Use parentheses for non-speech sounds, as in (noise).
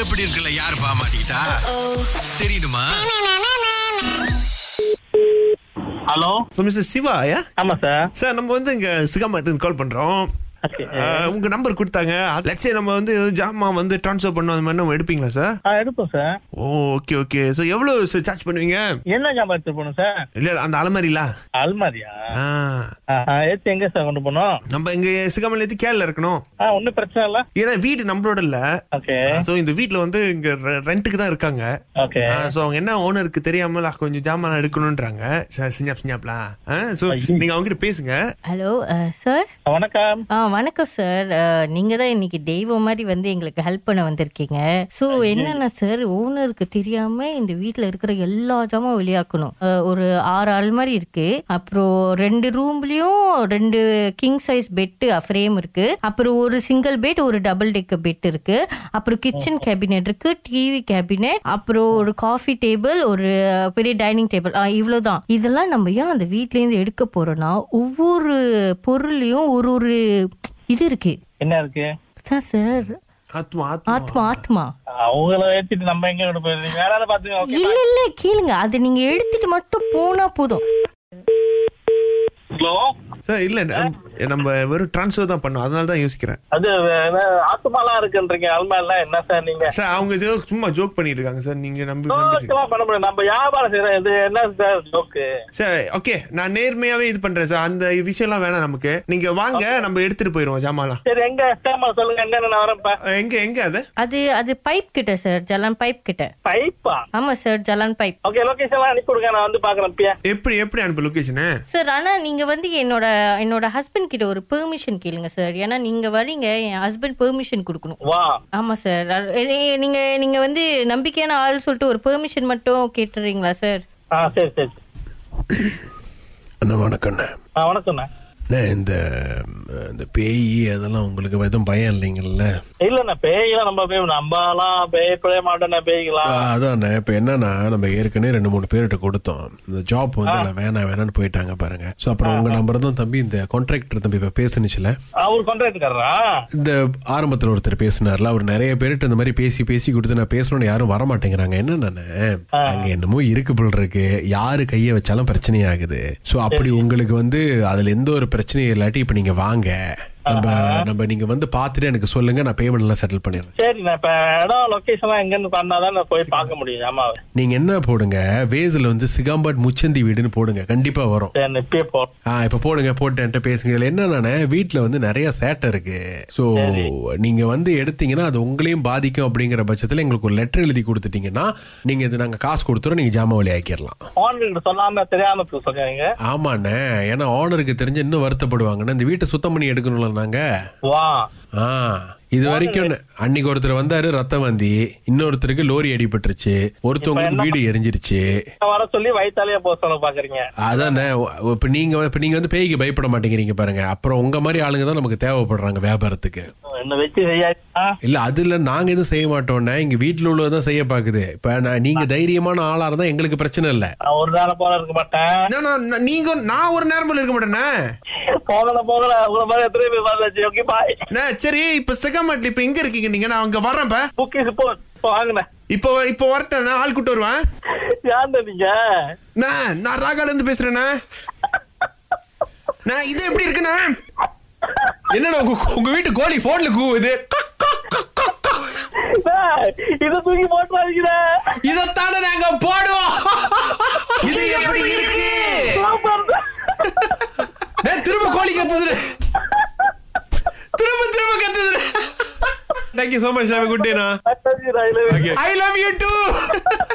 எப்படி இருக்குல்ல யாரு பாமாட்டா தெரியுமா hello so mister Siva yeah ஆமா சார் சார் நம்ம வந்து இங்க சிகாமட்டு கால் பண்றோம் Okay. அஹ், உங்க நம்பர் கொடுத்தாங்க லட்சே நம்ம வந்து ஜாமான் வந்து ட்ரான்ஸ்ஃபர் பண்ணோம் அந்த மாதிரி நம்ம எடுப்பீங்களா Oh, சார் ஆ எடுப்போம் சார் ஓகே ஓகே ஸோ எவ்வளோ சார்ஜ் பண்ணுவீங்க என்ன ஜாமான் எடுத்து போகணும் சார் இல்ல அந்த அலமாரிலா அல்மாரியா ஆ, ஆஹா, எடுத்து எங்க சார் கொண்டு போனோம் நம்ம இங்க சிகாமல் ஏற்றி கேரள இருக்கணும் ஆ ஒன்றும் பிரச்சனை இல்ல ஏன்னா வீடு நம்மளோட இல்ல ஓகே ஸோ இந்த வீட்டில் வந்து இங்க ரெண்ட்டுக்கு தான் இருக்காங்க ஓகே ஸோ அவங்க என்ன ஓனருக்கு தெரியாமல கொஞ்சம் ஜாமான் எடுக்கணும்ன்றாங்க சார் சிஞ்சாப் சிஞ்சாப்லாம் ஸோ ஐயோ. நீங்க அவங்ககிட்ட பேசுங்க ஹலோ சார் வணக்கம் uh, ஆ வணக்கம் சார் நீங்க தான் இன்னைக்கு தெய்வம் மாதிரி வந்து எங்களுக்கு ஹெல்ப் பண்ண வந்திருக்கீங்க ஸோ என்னன்னா சார் ஓனருக்கு தெரியாம இந்த வீட்டில் இருக்கிற எல்லா ஜாமும் வெளியாக்கணும் அ, ஒரு ஆறு அல்மாரி இருக்கு அப்புறம் ரெண்டு ரூம்லயும் ரெண்டு கிங் சைஸ் பெட்டு ஃப்ரேம் இருக்கு அப்புறம் ஒரு சிங்கிள் பெட் ஒரு டபுள் டெக்கர் பெட் இருக்கு அப்புறம் கிச்சன் கேபினெட் இருக்கு டிவி கேபினெட் அப்புறம் ஒரு காஃபி டேபிள் ஒரு பெரிய டைனிங் டேபிள் இவ்வளவுதான் இதெல்லாம் நம்ம ஏன் அந்த வீட்ல இருந்து எடுக்க போறோம்னா ஒவ்வொரு பொருளையும் ஒரு ஒரு இது இருக்கு என்ன இருக்கு அதான் சார் ஆத்மா ஆத்மா ஆத்மா ஆத்மா அவங்கள ஏத்திட்டு நம்ம எங்க கொண்டு போயிருக்கீங்க வேற யாராவது பாத்துங்க ஓகே இல்ல இல்ல கேளுங்க அது நீங்க எடுத்துட்டு மட்டும் போனா போதும் ஹலோ சார் இல்ல நம்ம- நம்ம வெறும் ட்ரான்ஸ்ஃபர் தான் பண்ணோம் அதனால தான் யோசிக்கிறேன் அது வே- ஆத்மாலாம் இருக்குன்றீங்க அல்மாரிலாம் என்ன சார் நீங்க சார் அவங்க joke- சும்மா ஜோக் பண்ணிட்டு இருக்காங்க சார் நீங்க நம்பி நம்பிட்டு- ஜோக்கெல்லாம் பண்ண முடியும் நம்ம வியாபாரம் செய்யறோம் இது என்ன சார் ஜோக்கு சார் ஓகே நான் நேர்மையாவே இது பண்றேன் சார் அந்த விஷயம்லாம் வேணாம் நமக்கு நீங்க வாங்க நம்ம எடுத்துட்டு போயிருவோம் ஜாமாலாம் சரி எங்க சேமல் சொல்லுங்க எங்க நான் வரேன்ப்பா எங்க எங்க அது அது அது பைப் கிட்ட சார் ஜலான் பைப் கிட்ட பைப்பா ஆமா சார் ஜலான் பைப் ஓகே லொகேஷன்லாம் அனுப்பி விடுங்க நான் வந்து பாக்குறேன் பியா எப்படி எப்படி அனுப்பு லொகேஷனு சார் ஆனா நீங்க வந்து என்னோட என்னோட ஹஸ்பண்ட் கிட்ட ஒரு பெர்மிஷன் கேளுங்க சார் ஏன்னா நீங்க வரீங்க என் ஹஸ்பண்ட் பெர்மிஷன் கொடுக்கணும் வா ஆமா சார் அது- நீ- நீங்க நீங்க வந்து நம்பிக்கையான ஆள் சொல்லிட்டு ஒரு பெர்மிஷன் மட்டும் கேட்டுறீங்களா சார் ஆ சரி சரி அண்ணா வணக்கண்ணே ஆ வணக்கம்ண்ணா அண்ணே இந்த ம், இந்த பேய் அதெல்லாம் உங்களுக்கு எதுவும் பயம் இல்லைங்கல்ல இல்லண்ணா பேய்லாம் நம்ம பேய் நம்மலாம் பேய் பிழைய மாட்டோம்ண்ணா பேய்க்கலாம் ஆஹ், அதாண்ணே இப்போ என்னன்னா நம்ம ஏற்கனவே ரெண்டு மூணு பேர்கிட்ட கொடுத்தோம் இந்த ஜாப் வந்து நான் வேணாம் வேணாம்னு போயிட்டாங்க பாருங்க ஸோ அப்புறம் உங்க நம்பர் தான் தம்பி இந்த கான்ட்ராக்டர் தம்பி இப்போ பேசுனுச்சுல அவர் கொண்டாட்டுக்காரரா இந்த ஆரம்பத்தில் ஒருத்தர் பேசினார்ல அவர் நிறைய பேர்கிட்ட இந்த மாதிரி பேசி பேசி கொடுத்து நான் பேசணும்னு யாரும் வர மாட்டேங்கிறாங்க என்னென்ன அங்க என்னமோ இருக்கு போல் இருக்கு யாரு கையை வச்சாலும் பிரச்சனை ஆகுது ஸோ அப்படி உங்களுக்கு வந்து அதுல எந்த ஒரு பிரச்சனையும் இல்லாட்டி இப்போ நீங்க வாங்க நம்ம நம்ம நீங்க வந்து பார்த்துட்டு எனக்கு சொல்லுங்க நான் பேமெண்ட் எல்லாம் செட்டில் பண்ணிடுறேன் சரிண்ணா இப்ப இடம் லொகேஷன்லாம் எங்கன்னு பண்ணாதான் நான் போய் பார்க்க முடியும் ஆமாவே நீங்க என்ன போடுங்க வேஸ்ல வந்து சிகாம்பாட் முச்சந்தி வீடுன்னு போடுங்க கண்டிப்பா வரும் சரி நான் இப்பயே போ ஆ இப்போ போடுங்க போட்டு என்கிட்ட பேசுங்க இதில் என்னன்னா வீட்டில் வந்து நிறைய சேட்டை இருக்கு ஸோ நீங்கள் வந்து எடுத்தீங்கன்னா அது உங்களையும் பாதிக்கும் அப்படிங்கிற பட்சத்தில் எங்களுக்கு ஒரு லெட்டர் எழுதி கொடுத்துட்டீங்கன்னா நீங்கள் இது நாங்கள் காசு கொடுத்துறோம் நீங்கள் ஜாம வழி ஆக்கிடலாம் ஆன்லைன் சொல்லாம தெரியாம இப்ப சொல்றீங்க ஆமாண்ணே ஏன்னா ஓனருக்கு தெரிஞ்சு இன்னும் வருத்தப்படுவாங்கண்ணே இந்த வீட்டை சுத்தம் பண்ணி எடுக்கணும்ல நாங்கள் வா ஆ இது வரைக்கும் ந- அன்னைக்கு ஒருத்தர் வந்தாரு ரத்தம் வந்தி இன்னொருத்தருக்கு லோரி அடிபட்டுருச்சு ஒருத்தவங்களுக்கு வீடு எரிஞ்சிருச்சு நான் வர சொல்லி வயித்தாலேயே போக சொல்ல பாக்குறீங்க அதானே இப்போ நீங்க இப்போ நீங்க வந்து பேய்க்கு பயப்பட மாட்டேங்கிறீங்க பாருங்க அப்புறம் உங்க மாதிரி ஆளுங்க தான் நமக்கு தேவைப்படுறாங்க வியாபாரத்துக்கு என்ன வச்சு செய்யா இல்ல அதுல நாங்க எதுவும் செய்ய மாட்டோம்னா எங்க வீட்டுல உள்ளதான் செய்ய பாக்குது இப்ப நான் நீங்க தைரியமான ஆளா இருந்தா எங்களுக்கு பிரச்சனை இல்ல நான் ஒரு நாள் போல இருக்க மாட்டேன் நான் நான் நீங்க நான் ஒரு நேரம் போல இருக்க மாட்டேனே போகல போகல உங்களை மாதிரி எத்தனை பேர் வந்தாச்சு ஓகே பாய் அண்ணா, சரி இப்ப சிகாமட்ல இப்ப எங்க இருக்கீங்க நீங்க நான் அங்க வரேன் இப்ப. புக் இஸ் போ இப்போ வாங்கினேன் இப்போ இப்போ வரட்டேன் நான் ஆள் கூட்டு வருவேன் யாருண்ணா நீங்க அண்ணா, நான் ராகால இருந்து பேசுறேண்ணா நான் இது எப்படி இருக்குண்ணா என்னடா உங்க உங்க வீட்டு கோழி போன்ல கூவுது டேய், இதை தூக்கி போட்டு வாங்கிக்கிறேன் இதத்தானே நாங்க போடுவோம் இது எப்படி இருக்கு (laughs) டேய், திரும்ப கோழி கத்துது திரும்ப திரும்ப கத்துது thank you so much have good டேனா railway I love you two